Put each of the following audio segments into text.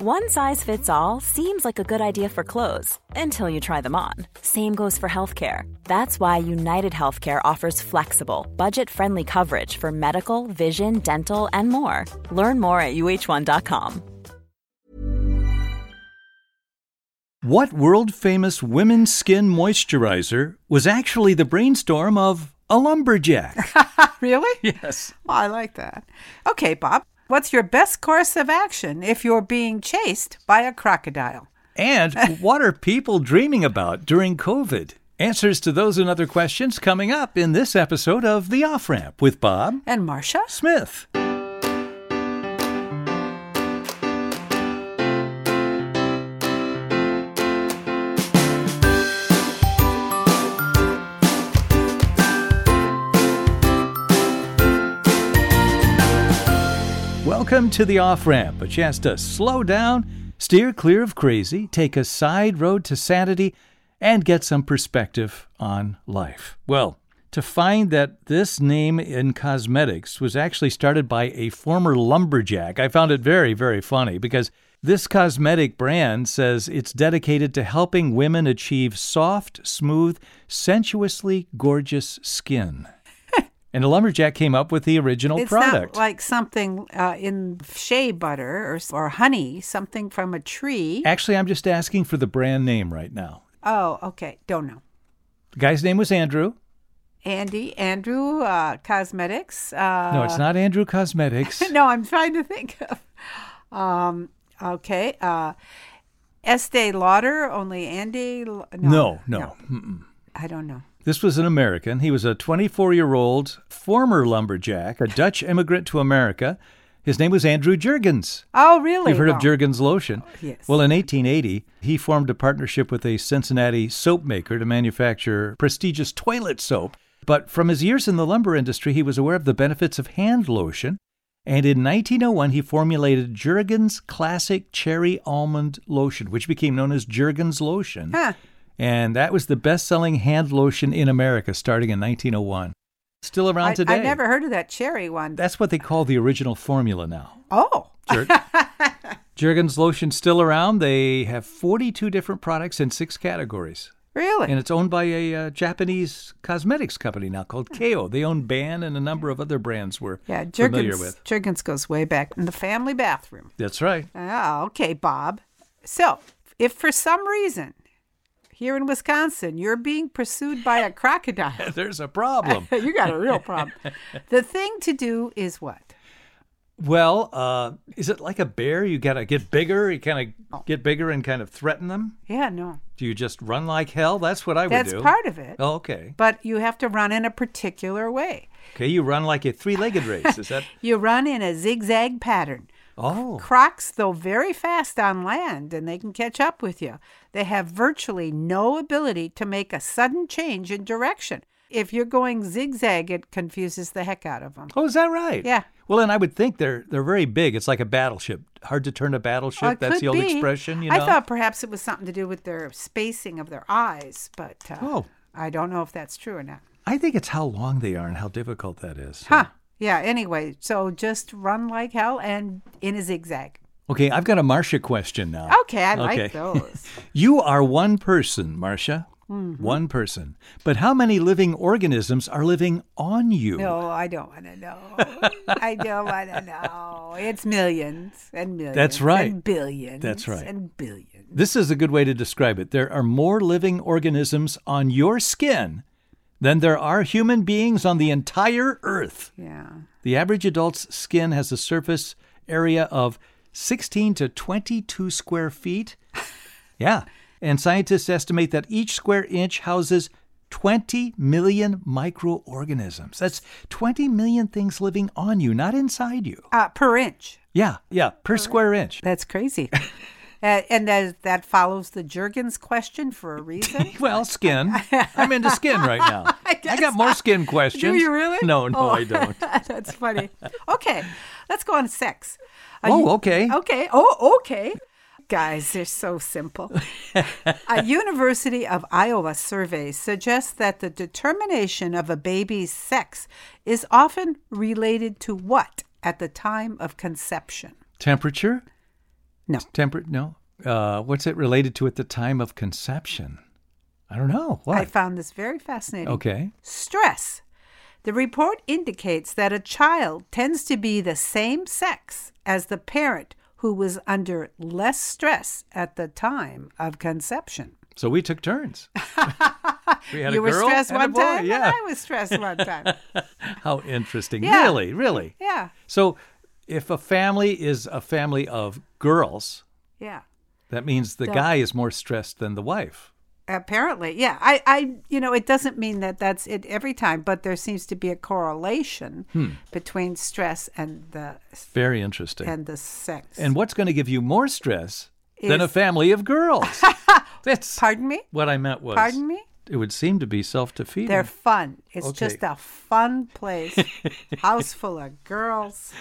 One size fits all seems like a good idea for clothes until you try them on. Same goes for healthcare. That's why United Healthcare offers flexible, budget friendly coverage for medical, vision, dental, and more. Learn more at uh1.com. What world famous women's skin moisturizer was actually the brainstorm of a lumberjack? really? yes. Oh, I like that. Okay, Bob. What's your best course of action if you're being chased by a crocodile? And what are people dreaming about during COVID? Answers to those and other questions coming up in this episode of The Off Ramp with Bob And Marcia? Smith. Welcome to the off ramp, a chance to slow down, steer clear of crazy, take a side road to sanity, and get some perspective on life. Well, to find that this name in cosmetics was actually started by a former lumberjack, I found it very, very funny because this cosmetic brand says it's dedicated to helping women achieve soft, smooth, sensuously gorgeous skin. and the lumberjack came up with the original it's product. not like something uh, in shea butter or, or honey, something from a tree. Actually, I'm just asking for the brand name right now. Oh, okay. Don't know. The guy's name was Andrew. Andy, Andrew uh, Cosmetics. Uh, no, it's not Andrew Cosmetics. no, I'm trying to think of. Um, okay. Uh, Estee Lauder, only Andy. L- no, no. Mm-mm. I don't know. This was an American. He was a 24 year old former lumberjack, a Dutch immigrant to America. His name was Andrew Jurgens. Oh, really? You've heard of Well, Jergens lotion. yes. Well, in 1880, he formed a partnership with a Cincinnati soap maker to manufacture prestigious toilet soap. But from his years in the lumber industry, he was aware of the benefits of hand lotion. And in 1901, he formulated Jergens Classic Cherry Almond Lotion, which became known as Jergens Lotion. Huh. And that was the best selling hand lotion in America starting in 1901. Still around I, today. I never heard of that cherry one. That's what they call the original formula now. oh, Jer- Jergens lotion still around. They have 42 different products in six categories. really? And it's owned by a uh, Japanese cosmetics company now called KO. They own Ban and a number of other brands we're yeah, familiar Jergens, with. Jergens goes way back in the family bathroom. That's right. Ah, okay, Bob. So, if for some reason here in Wisconsin you're being pursued by a crocodile, There's a problem. you got a real problem. the thing to do is what? well, uh, is it like a bear? You got to get bigger. You kind of get bigger and kind of threaten them. Yeah, no. Do you just run like hell? That's what I would That's do. part of it. Oh, okay. But you have to run in a particular way. Okay, you run like a three-legged race. Is that? You run in a zigzag pattern. Oh, Crocs, though very fast on land and they can catch up with you, they have virtually no ability to make a sudden change in direction. If you're going zigzag, it confuses the heck out of them. oh, is that right? Yeah. Well, and I would think they're they're very big. It's like a battleship. Hard to turn a battleship. Well, Oh, it That's could the old be. expression, you know. I thought perhaps it was something to do with their spacing of their eyes, but uh, Oh. I don't know if that's true or not. I think it's how long they are and how difficult that is. So- Huh. Yeah, anyway, so just run like hell and in a zigzag. Okay, Oh. I've got a Marcia question now. Okay, I like those. you are one person, Marcia. Mm-hmm. One person. But how many living organisms are living on you? No, I don't want to know. I don't want to know. It's millions and millions. right. And billions. That's right. And billions. This is a good way to describe it. There are more living organisms on your skin than there are human beings on the entire earth. Yeah. The average adult's skin has a surface area of 16 to 22 square feet. Yeah. And scientists estimate that each square inch houses 20 million microorganisms. That's 20 million things living on you, not inside you. Uh, per inch. Yeah, yeah, per square inch. That's crazy. Uh, and that that follows the Jurgens question for a reason. Well, skin. I'm into skin right now. I, got more skin questions. Do you really? No, no, Oh, I don't. That's funny. Okay, let's go on to sex. A Oh, u- okay. Okay. Oh, okay. Guys, they're so simple. a University of Iowa survey suggests that the determination of a baby's sex is often related to what at the time of conception? Temperature? No. Temper? No. Uh, what's it related to at the time of conception? I don't know. What? I found this very fascinating. okay. Stress. The report indicates that a child tends to be the same sex as the parent who was under less stress at the time of conception. So we took turns. we had you a were girl stressed and a one boy, time, Yeah. and I was stressed one time. How interesting. Yeah. Really, really. Yeah, So if a family is a family of girls, yeah. that means the Duh. guy is more stressed than the wife. Apparently, yeah. I, I, you know, it doesn't mean that that's it every time, but there seems to be a correlation Hmm. between stress and the Very interesting. and the sex. And what's going to give you more stress than a Is- family of girls? That's pardon me, what I meant was. pardon me. It would seem to be self-defeating. They're fun. It's Okay. just a fun place. House full of girls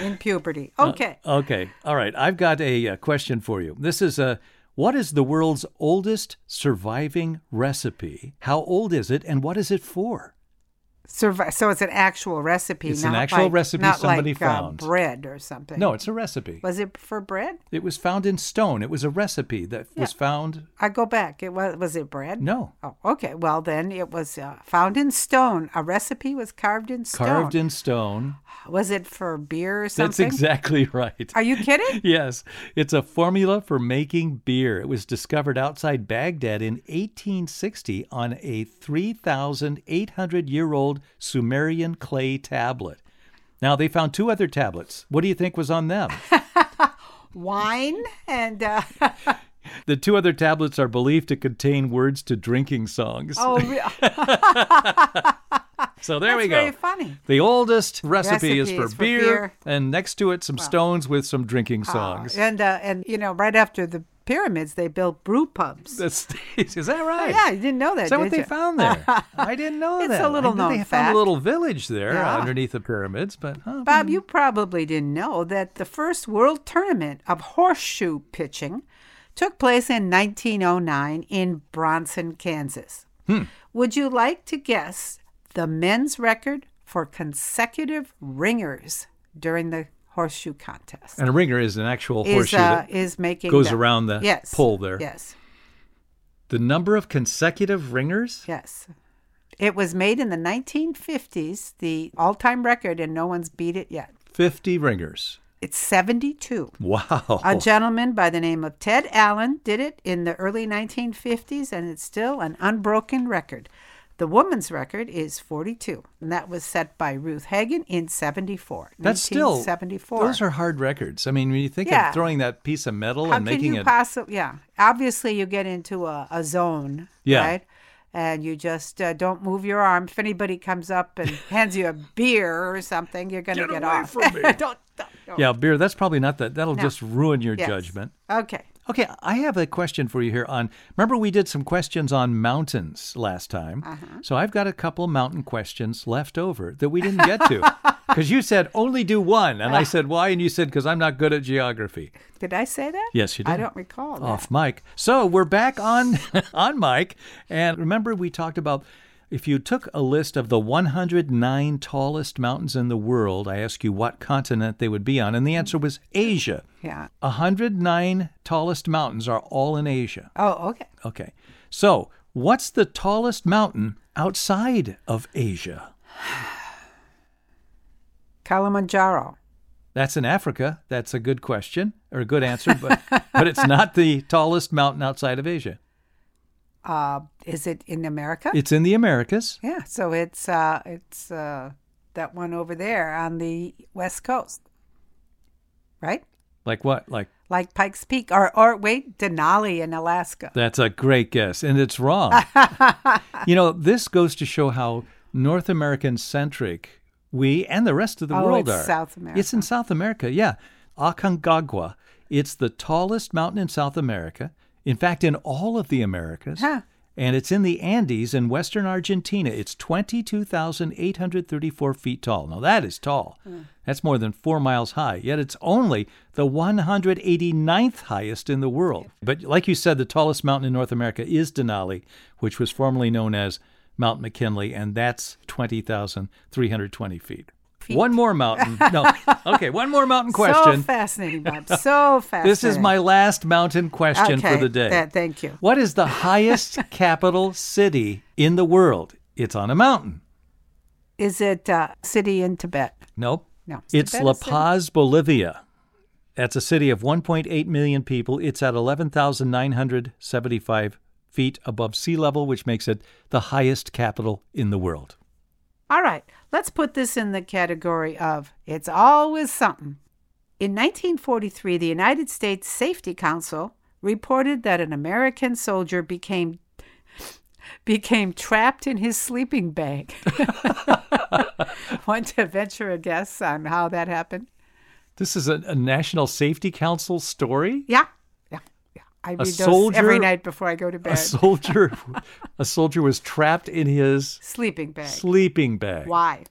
in puberty. Okay. Uh, okay. All right. I've got a, uh question for you. This is a what is the world's oldest surviving recipe? How old is it, and what is it for? Survi- so it's an actual recipe. It's not an actual like- recipe not somebody like, uh, found. bread or something. No, it's a recipe. was it for bread? It was found in stone. It was a recipe that was found. I go back. It was was it bread? No, Oh, okay. Well, then it was uh, found in stone. A recipe was carved in stone. carved in stone. Was it for beer or That's something? exactly right. Are you kidding? yes, it's a formula for making beer. It was discovered outside Baghdad in 1860 on a 3,800 year old Sumerian clay tablet. Now, they found two other tablets. What do you think was on them? Wine and uh, the two other tablets are believed to contain words to drinking songs. oh, re- so there that's we go. very funny. The oldest recipe, is Recipe for, is for beer, beer. and next to it, some stones with some drinking songs. And uh, and you know, right after the pyramids, they built brew pubs. That's, is that right? yeah, you didn't know that. Is that what did they you? found there? I didn't know It's that. a little I knew known they found fact. a little village there uh, Yeah. underneath the pyramids, but huh, hmm. Bob, you probably didn't know that the first world tournament of horseshoe pitching took place in 1909 in Bronson, Kansas. Hmm. Would you like to guess the men's record for consecutive ringers during the horseshoe contest? and a ringer is an actual horseshoe. uh, that- is making goes the- around the yes, pole there. Yes, the number of consecutive ringers. yes. It was made in the 1950s, the all-time record, and no one's beat it yet. 50 ringers. It's 72. Wow. A gentleman by the name of Ted Allen did it in the early 1950s, and it's still an unbroken record. The woman's record is 42, and that was set by Ruth Hagen in 74. That's still 74. Those are hard records. I mean, when you think Yeah. of throwing that piece of metal How and can making you it possibly? Yeah, obviously you get into a, a zone, Yeah. right? And you just uh, don't move your arm. If anybody comes up and hands you a beer or something, you're going to get, off. don't, don't, don't. Yeah, beer, that's probably not that that'll just ruin your Yes. judgment. Okay. Okay, I have a question for you here on. Remember, we did some questions on mountains last time. Uh-huh. So I've got a couple mountain questions left over that we didn't get to. Because you said only do one. And I said, why? And you said, because I'm not good at geography. Did I say that? Yes, you I did. don't recall. that. Off mic. So we're back on, on mic. And remember, we talked about if you took a list of the 109 tallest mountains in the world, I asked you what continent they would be on. And the answer was Asia. Yeah. 109 tallest mountains are all in Asia. Oh, okay. Okay. So, What's the tallest mountain outside of Asia? Kilimanjaro. That's in Africa. That's a good question or a good answer, but, but it's not the tallest mountain outside of Asia. Uh, is it in America? It's in the Americas. yeah. So it's uh, it's uh, that one over there on the west coast, right? Like what? Like Like Pikes Peak, or or wait, Denali in Alaska. That's a great guess, and it's wrong. you know, this goes to show how North American centric we and the rest of the Oh, world it's are. South It's in America. South America, yeah. Aconcagua. It's the tallest mountain in South America. In fact, in all of the Americas. Huh. And it's in the Andes in western Argentina. It's 22,834 feet tall. Now, that is tall. That's more than four miles high, yet it's only the 189th highest in the world. But like you said, the tallest mountain in North America is Denali, which was formerly known as Mount McKinley, and that's 20,320 feet. Feet. One more mountain. No. Okay, one more mountain question. So fascinating, Bob. So fascinating. this is my last mountain question Okay, for the day. that- thank you. What is the highest capital city in the world? It's on a mountain. Is it uh, city in Tibet? Nope. No. It's Tibet La is in- Paz, Bolivia. That's a city of 1.8 million people. It's at 11,975 feet above sea level, which makes it the highest capital in the world. All right, let's put this in the category of it's always something. In 1943, the United States Safety Council reported that an American soldier became became trapped in his sleeping bag. Want to venture a guess on how that happened? This is a, a National Safety Council story. Yeah, yeah, yeah. I read those soldier- every night before I go to bed. A soldier, a soldier was trapped in his sleeping bag. sleeping bag. Why?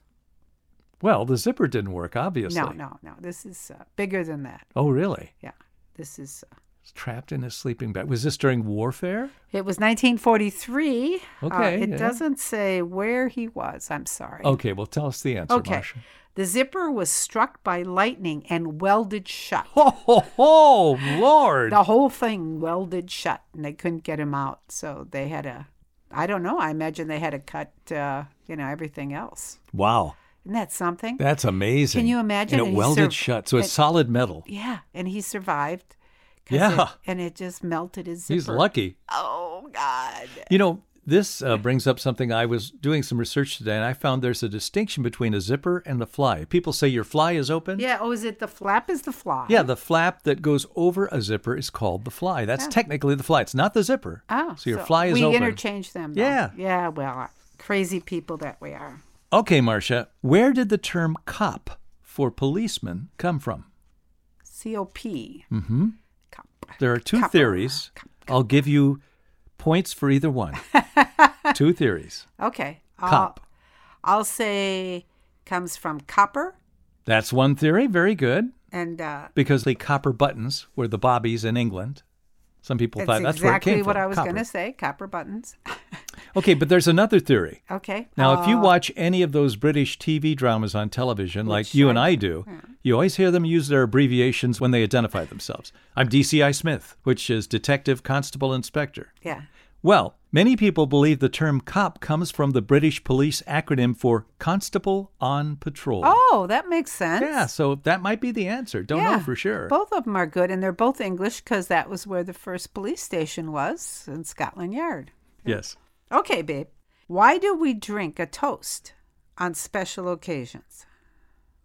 Well, the zipper didn't work, obviously. No, no, no. This is uh, bigger than that. Oh, really? Yeah, this is. Uh, He's trapped in his sleeping bag. Was this during warfare? It was 1943. Uh, Okay, it yeah. Oh. doesn't say where he was. I'm sorry. Okay, well, tell us the answer, Okay. Marsha. The zipper was struck by lightning and welded shut. Ho, ho, ho, Lord. The whole thing welded shut, and they couldn't get him out. So they had a, I don't know. I imagine they had to cut, uh, you know, everything else. Wow. Isn't that something? That's amazing. Can you imagine? And it And he welded served- shut, so it's it- solid metal. yeah, and he survived. 'cause Yeah. it- and it just melted his zipper. He's lucky. Oh God. You know, this uh, brings up something I was doing some research today, and I found there's a distinction between a zipper and the fly. People say your fly is open. Yeah. Oh, is it the flap? Is the fly? Yeah, the flap that goes over a zipper is called the fly. That's Yeah. technically the fly. It's not the zipper. Oh, so your fly is we open. interchange them. though. Yeah. yeah. Well, uh, crazy people that we are. okay, Marcia, where did the term cop for policeman come from? COP. hmm Cop. There are two Cop. theories. I'll give you points for either one. two theories. Okay. I'll, Cop. I'll say comes from copper That's one theory. Very good. and uh, Because the copper buttons were the bobbies in England. Some people that's thought that's where it exactly came what from. I was copper. going to say. Copper buttons. Okay, but there's another theory. Okay. Now, if you uh, watch any of those British TV dramas on television, like you and I do, you always hear them use their abbreviations when they identify themselves. I'm DCI Smith, which is Detective Constable Inspector. Yeah. Well, many people believe the term cop comes from the British police acronym for Constable on Patrol. Oh, that makes sense. yeah, so that might be the answer. Don't Yeah. know for sure. Both of them are good, and they're both English because that was where the first police station was in Scotland Yard. Yes. Okay, babe. Why do we drink a toast on special occasions?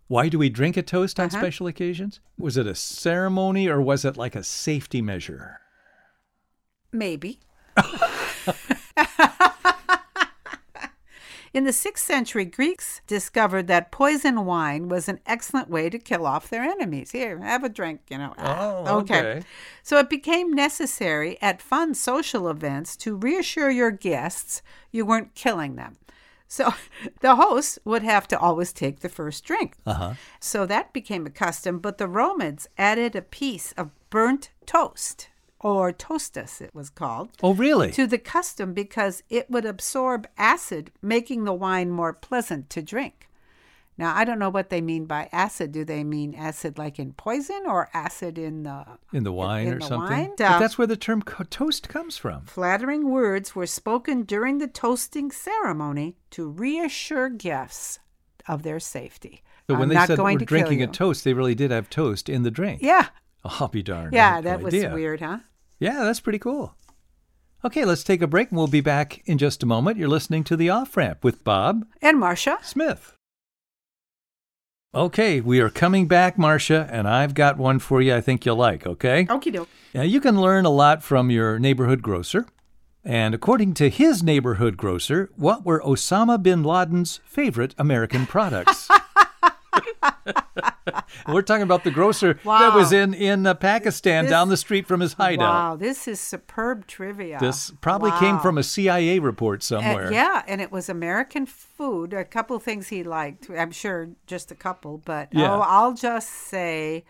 Why do we drink a toast on Uh-huh. special occasions? Was it a ceremony or was it like a safety measure? Maybe. In the 6th century, Greeks discovered that poison wine was an excellent way to kill off their enemies. Here, have a drink, you know. Ah, Oh, okay. So it became necessary at fun social events to reassure your guests you weren't killing them. So the host would have to always take the first drink. Uh huh. So that became a custom, but the Romans added a piece of burnt toast, or tostus it was called, Oh, really? to the custom because it would absorb acid, making the wine more pleasant to drink. Now, I don't know what they mean by acid. Do they mean acid like in poison or acid in the in the wine in or the something. wine? But that's where the term co- toast comes from. Flattering words were spoken during the toasting ceremony to reassure guests of their safety. So I'm when they not said going we're to kill drinking a you." toast, they really did have toast in the drink. Yeah, I'll be darned. I yeah, had no that was idea. weird, huh? Yeah, that's pretty cool. Okay, let's take a break and we'll be back in just a moment. You're listening to The Off Ramp with Bob And Marcia, Smith. Okay, we are coming back, Marcia, and I've got one for you I think you'll like, okay? okie doke. Now, you can learn a lot from your neighborhood grocer. And according to his neighborhood grocer, what were Osama bin Laden's favorite American products? We're talking about the grocer that Wow. was in, in uh, Pakistan This- down the street from his hideout. Wow, this is superb trivia. This probably came Wow. from a CIA report Uh, somewhere. yeah, and it was American food. A couple things he liked. I'm sure just a couple, but Yeah. oh, I'll just say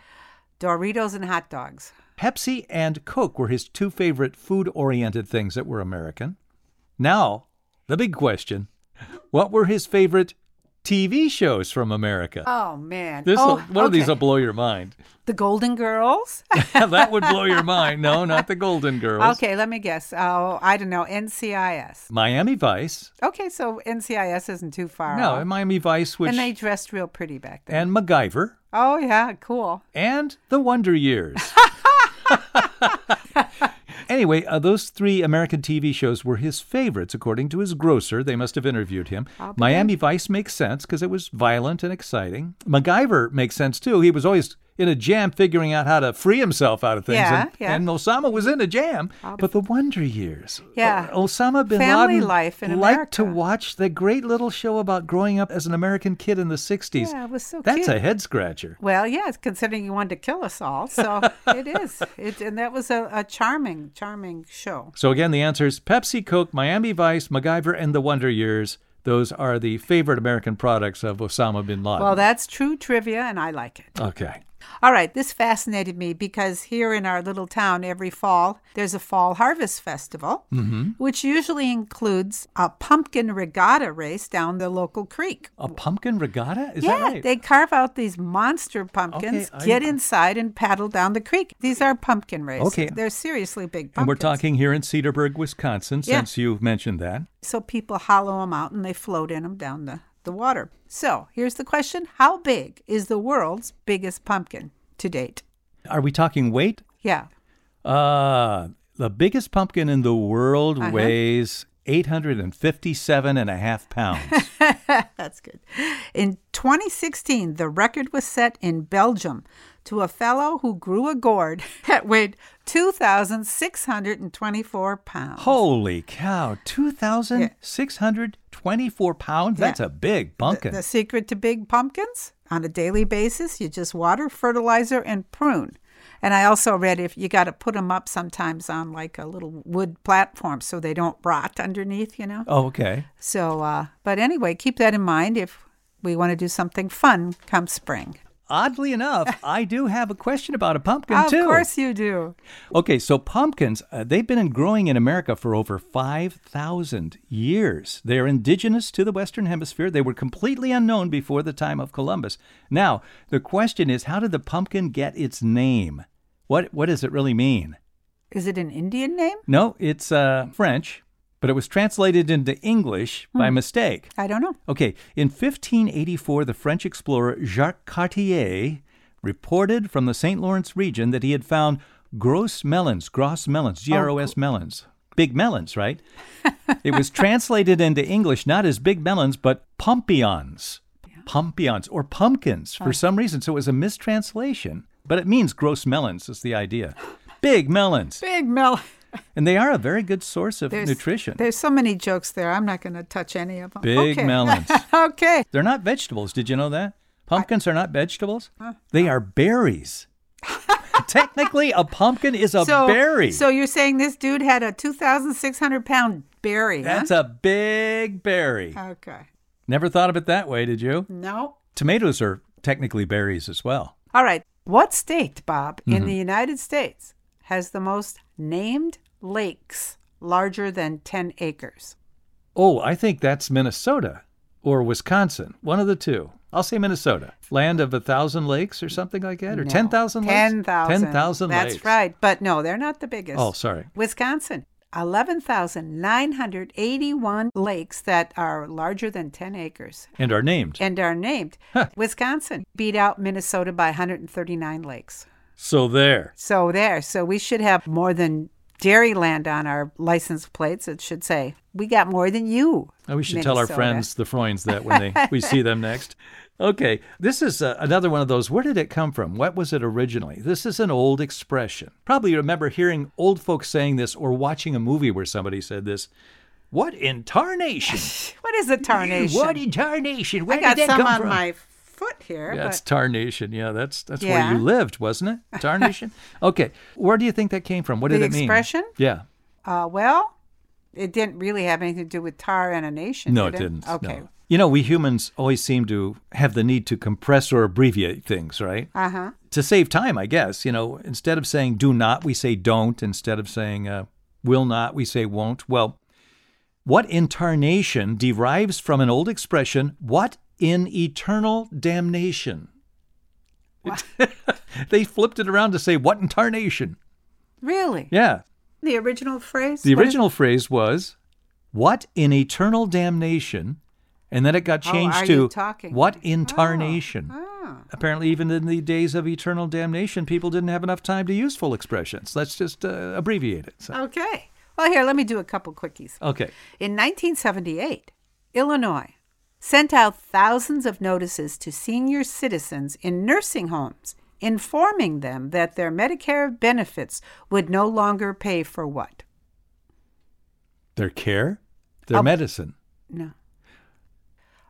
Doritos and hot dogs. Pepsi and Coke were his two favorite food oriented things that were American. Now, the big question what were his favorite TV shows from America? Oh man. This oh, will one of these okay. will blow your mind. The Golden Girls? that would blow your mind. No, not the Golden Girls. Okay, let me guess. Oh, I don't know. NCIS. Miami Vice. Okay, so NCIS isn't too far. No, off. Miami Vice, which and they dressed real pretty back then. and MacGyver oh yeah, cool. and The Wonder Years. anyway, uh, those three American TV shows were his favorites, according to his grocer. They must have interviewed him. I'll believe Miami Vice makes sense because it was violent and exciting. MacGyver makes sense too. He was always in a jam figuring out how to free himself out of things. Yeah, and, yeah. and Osama was in a jam. I'll- But the Wonder Years. Yeah. O- Osama bin Family Laden life in liked to America. watch the great little show about growing up as an American kid in the 60s. Yeah, it was so That's a cute. head scratcher. Well, yeah, it's considering you wanted to kill us all, so it is. It, and that was a, a charming, charming show. So again, the answer is Pepsi, Coke, Miami Vice, MacGyver, and The Wonder Years. Those are the favorite American products of Osama bin Laden. Well, that's true trivia, and I like it. okay. All right, this fascinated me because here in our little town, every fall, there's a fall harvest festival, Mm-hmm. which usually includes a pumpkin regatta race down the local creek. A pumpkin regatta? Is yeah, that right? they carve out these monster pumpkins, I- get inside, and paddle down the creek. These are pumpkin races. Okay. They're seriously big pumpkins. and we're talking here in Cedarburg, Wisconsin, Yeah. since you mentioned that. So people hollow them out and they float in them down the, the water. So here's the question How big is the world's biggest pumpkin to date? Are we talking weight? Yeah. Uh, the biggest pumpkin in the world Uh-huh. weighs 857 and a half pounds. That's good. In 2016, the record was set in Belgium to a fellow who grew a gourd that weighed 2,624 pounds. Holy cow, 2,624 pounds? Yeah. That's a big pumpkin. The secret to big pumpkins? On a daily basis, you just water, fertilizer, and prune. And I also read if you got to put them up sometimes on like a little wood platform so they don't rot underneath, you know? oh, okay. So, uh, but anyway, keep that in mind if we want to do something fun come spring. Oddly enough, I do have a question about a pumpkin of too. course you do. Okay, so pumpkins, uh, they've been in growing in America for over 5,000 years. They're indigenous to the Western Hemisphere. They were completely unknown before the time of Columbus. Now, the question is how did the pumpkin get its name? What, what does it really mean? Is it an Indian name? No, it's uh, French, but it was translated into English Hmm. by mistake. I don't know. Okay, in 1584, the French explorer Jacques Cartier reported from the St. Lawrence region that he had found gross melons, gross Oh, melons, G R O S melons, big melons, right? it was translated into English not as big melons, but pompions, pompions, or pumpkins Oh. for some reason. So it was a mistranslation, but it means gross melons, is the idea. Big melons. Big melon. And they are a very good source of There's- nutrition. There's so many jokes there. I'm not going to touch any of them. Big okay. melons. okay. They're not vegetables. Did you know that? Pumpkins are not vegetables. They are berries. Technically, a pumpkin is a so, berry. So you're saying this dude had a 2,600 pound berry? That's a big berry. huh? okay. Never thought of it that way, did you? No. Tomatoes are technically berries as well. All right. What state, Bob, Mm-hmm. in the United States has the most named lakes larger than 10 acres? Oh, I think that's Minnesota or Wisconsin, one of the two. I'll say Minnesota, land of a thousand lakes or something like that, or No. 10,000 lakes? 10,000. 10,000 That's lakes. right. But no, they're not the biggest. Oh, sorry. Wisconsin, 11,981 lakes that are larger than 10 acres And are named. and are named. Huh. Wisconsin beat out Minnesota by 139 lakes. So there. So there. So we should have more than Dairyland on our license plates. It should say, we got more than you. Oh, we should tell our Minnesota." friends, the Freunds, that when they we see them next. Okay, this is uh, another one of those. Where did it come from? What was it originally? This is an old expression. Probably you remember hearing old folks saying this or watching a movie where somebody said this. What in tarnation? What is a tarnation? What in tarnation? Where I got did that some come on from? my foot here. That's but tarnation. Yeah, that's that's Yeah. where you lived, wasn't it? Tarnation. okay, where do you think that came from? What did The it mean? expression? Yeah. Uh, well, it didn't really have anything to do with tar and a nation. No, it did didn't. Okay. no. You know, we humans always seem to have the need to compress or abbreviate things, right? Uh huh. To save time, I guess. You know, instead of saying do not, we say don't. Instead of saying uh, will not, we say won't. Well, what in tarnation derives from an old expression, what in eternal damnation? they flipped it around to say what in tarnation. Really? Yeah. The original phrase? The What is- original phrase was, "What in eternal damnation," and then it got Oh, changed are to, you talking? "What Oh, in tarnation." oh. Apparently, even in the days of eternal damnation, people didn't have enough time to use full expressions. Let's just uh, abbreviate it. So, Okay. Well, here, let me do a couple quickies. okay, In 1978, Illinois sent out thousands of notices to senior citizens in nursing homes informing them that their Medicare benefits would no longer pay for what? their care, their Up- medicine. No.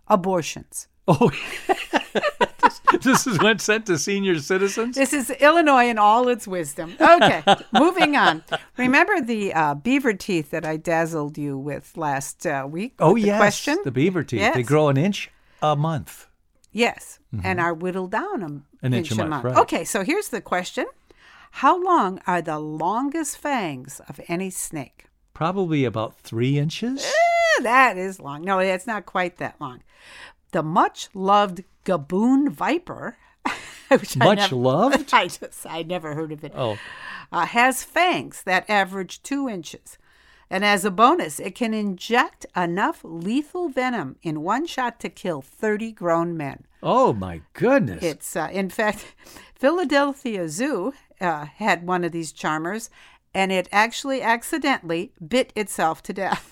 Abortions. Oh, this, this is what's sent to senior citizens. This is Illinois in all its wisdom. Okay, moving on. Remember the uh, beaver teeth that I dazzled you with last uh, week? Oh with the yes, question? the beaver teeth. They Yes. grow an inch a month. Yes, and are whittled down a, Mm-hmm. An inch a month, right. Okay, so here's the question How long are the longest fangs of any snake? Probably about three inches. Eh, that is long. No, it's not quite that long. The much loved Gaboon viper. which I Much never- loved? I just I never heard of it. Oh, uh, has fangs that average two inches. And as a bonus, it can inject enough lethal venom in one shot to kill 30 grown men. oh my goodness. It's, uh, in fact, Philadelphia Zoo uh, had one of these charmers, and it actually accidentally bit itself to death.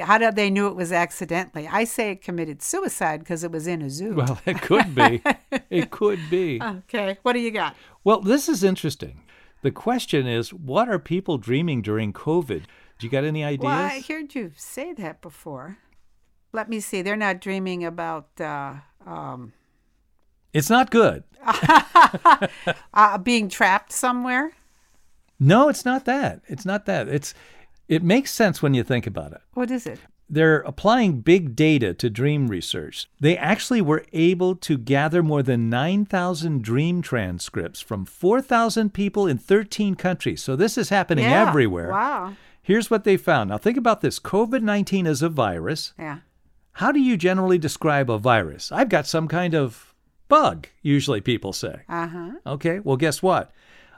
How did they knew it was accidentally? I say it committed suicide because it was in a zoo. Well, it could be. it could be. okay, what do you got? Well, this is interesting. The question is, what are people dreaming during COVID? Do you got any ideas? Well, I heard you say that before. Let me see. They're not dreaming about uh, um, It's not good. uh, being trapped somewhere. No, it's not that. It's not that. It's it makes sense when you think about it. What is it? They're applying big data to dream research. They actually were able to gather more than 9,000 dream transcripts from 4,000 people in 13 countries. So this is happening Yeah, everywhere. Wow. Here's what they found. Now, think about this COVID 19 is a virus. Yeah. How do you generally describe a virus? I've got some kind of bug, usually people say. Uh huh. Okay, well, guess what?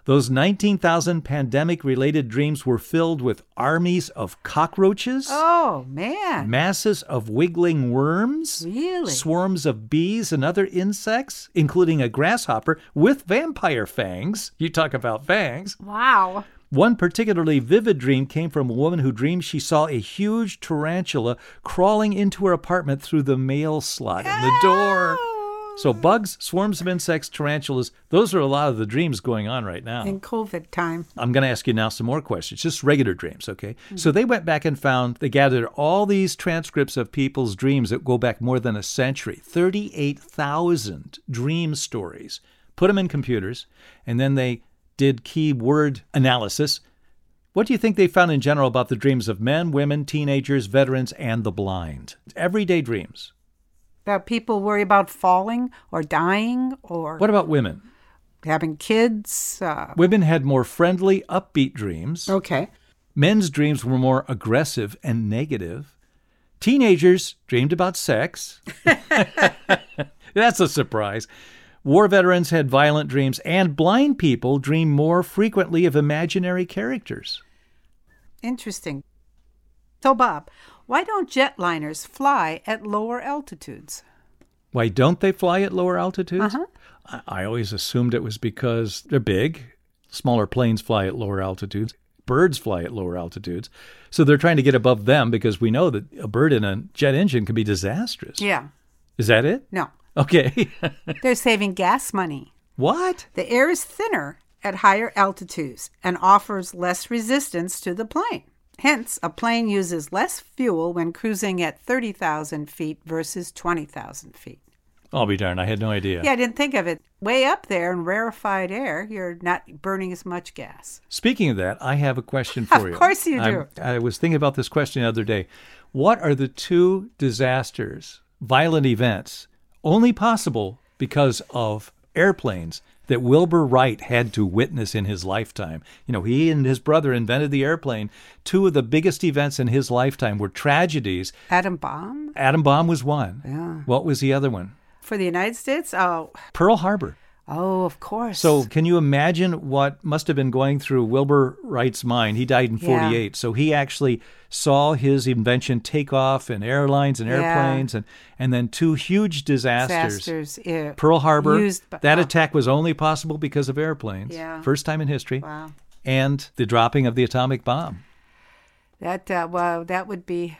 Those 19,000 pandemic related dreams were filled with armies of cockroaches, Oh man. masses of wiggling worms, Really? swarms of bees and other insects, including a grasshopper with vampire fangs. You talk about fangs. Wow. One particularly vivid dream came from a woman who dreamed she saw a huge tarantula crawling into her apartment through the mail slot in the door. So, bugs, swarms of insects, tarantulas, those are a lot of the dreams going on right now. In COVID time. I'm going to ask you now some more questions, just regular dreams, okay? So they went back and found, they gathered all these transcripts of people's dreams that go back more than a century 38,000 dream stories, put them in computers, and then they did keyword analysis. What do you think they found in general about the dreams of men, women, teenagers, veterans, and the blind? Everyday dreams. That people worry about falling or dying or What about women? having kids. Uh, Women had more friendly, upbeat dreams. okay. Men's dreams were more aggressive and negative. Teenagers dreamed about sex. That's a surprise. War veterans had violent dreams, and blind people dream more frequently of imaginary characters. Interesting. So, Bob, why don't jetliners fly at lower altitudes? Why don't they fly at lower altitudes? Uh-huh. I, I always assumed it was because they're big. Smaller planes fly at lower altitudes. Birds fly at lower altitudes. So they're trying to get above them because we know that a bird in a jet engine can be disastrous. Yeah, Is that it? no. Okay. They're saving gas money. what? The air is thinner at higher altitudes and offers less resistance to the plane. Hence, a plane uses less fuel when cruising at 30,000 feet versus 20,000 feet. I'll be darned. I had no idea. Yeah, I didn't think of it. Way up there in rarefied air, you're not burning as much gas. Speaking of that, I have a question for Of you. course you I'm- I was thinking about this question the other day. What are the two disasters, violent events, only possible because of airplanes that Wilbur Wright had to witness in his lifetime? You know, he and his brother invented the airplane. Two of the biggest events in his lifetime were tragedies. Atom bomb Atom bomb was one. Yeah. What was the other one? for the United States? Oh, Pearl Harbor. oh, of course. So, can you imagine what must have been going through Wilbur Wright's mind? He died in Yeah. 48, so he actually saw his invention take off in airlines and Yeah. airplanes, and, and then two huge disasters. disasters. yeah, Pearl Harbor, used by- that oh, attack was only possible because of airplanes. Yeah. First time in history. Wow, And the dropping of the atomic bomb. that uh, well, that would be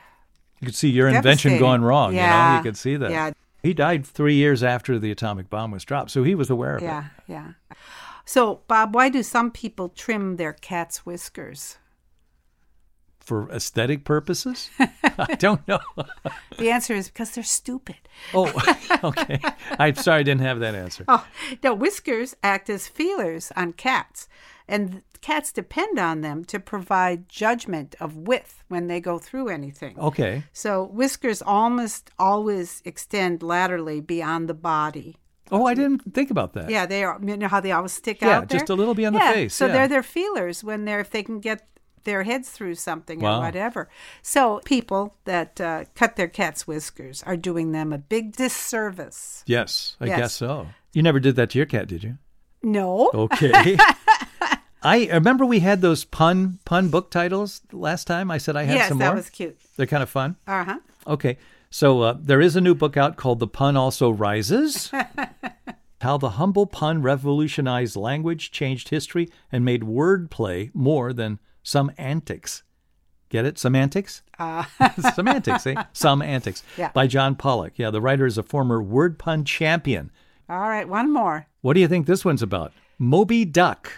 You could see your invention Devastating. gone wrong. You know, Yeah. you could see that. Yeah. He died three years after the atomic bomb was dropped, so he was aware of it. yeah, yeah. So, Bob, why do some people trim their cat's whiskers? For aesthetic purposes? I don't know. The answer is because they're stupid. Oh, okay. I'm sorry I didn't have that answer. Oh, now whiskers act as feelers on cats, and cats depend on them to provide judgment of width when they go through anything. Okay. So whiskers almost always extend laterally beyond the body. Oh, I didn't think about that. Yeah, they are. You know how they always stick Yeah, out there? just a little beyond the Yeah, face, So yeah. they're their feelers when they're if they can get their heads through something Wow. or whatever. So people that uh, cut their cat's whiskers are doing them a big disservice. Yes, I Yes. guess so. You never did that to your cat, did you? No. Oh, Okay. I remember we had those pun pun book titles last time. I said I had yes, some that more. was cute. They're kind of fun. Uh huh. Okay. So uh, there is a new book out called The Pun Also Rises How the Humble Pun Revolutionized Language, Changed History, and Made Wordplay More Than Some Antics. Get it? Semantics? Uh, Semantics, eh? Some Antics. Yeah. By John Pollock. Yeah, the writer is a former word pun champion. all right, one more. What do you think this one's about? Moby Duck.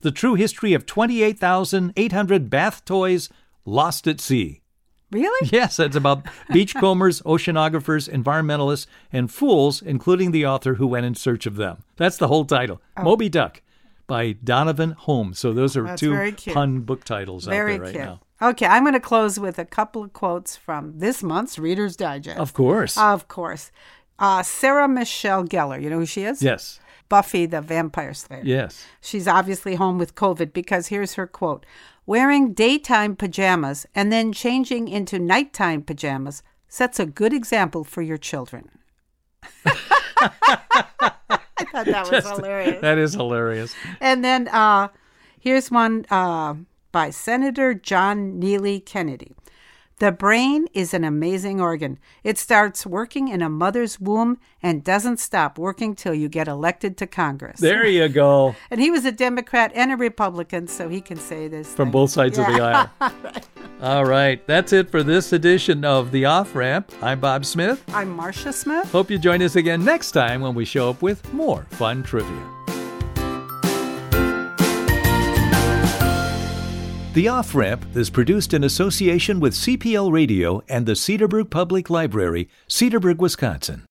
the true history of 28,800 bath toys lost at sea. Really? Yes, that's about beachcombers, oceanographers, environmentalists, and fools, including the author who went in search of them. That's the whole title. Moby Duck by Donovan Holmes. So those are Oh. That's two very cute. pun book titles Very out there right cute. now. Okay, I'm going to close with a couple of quotes from this month's Reader's Digest. Of course. Of course. Uh, Sarah Michelle Gellar, you know who she is? yes. Buffy the Vampire Slayer. Yes. She's obviously home with COVID because here's her quote Wearing daytime pajamas and then changing into nighttime pajamas sets a good example for your children. I thought that was hilarious. That is hilarious. And then uh, here's one uh, by Senator John Neely Kennedy. The brain is an amazing organ. It starts working in a mother's womb and doesn't stop working till you get elected to Congress. There you go. And he was a Democrat and a Republican, so he can say this. From thing. both sides of the Yeah. aisle. All right. That's it for this edition of The Off Ramp. I'm Bob Smith. I'm Marcia Smith. Hope you join us again next time when we show up with more fun trivia. The Off Ramp is produced in association with CPL Radio and the Cedarbrook Public Library, Cedarburg, Wisconsin.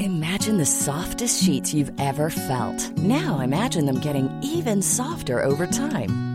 Imagine the softest sheets you've ever felt. Now imagine them getting even softer over time.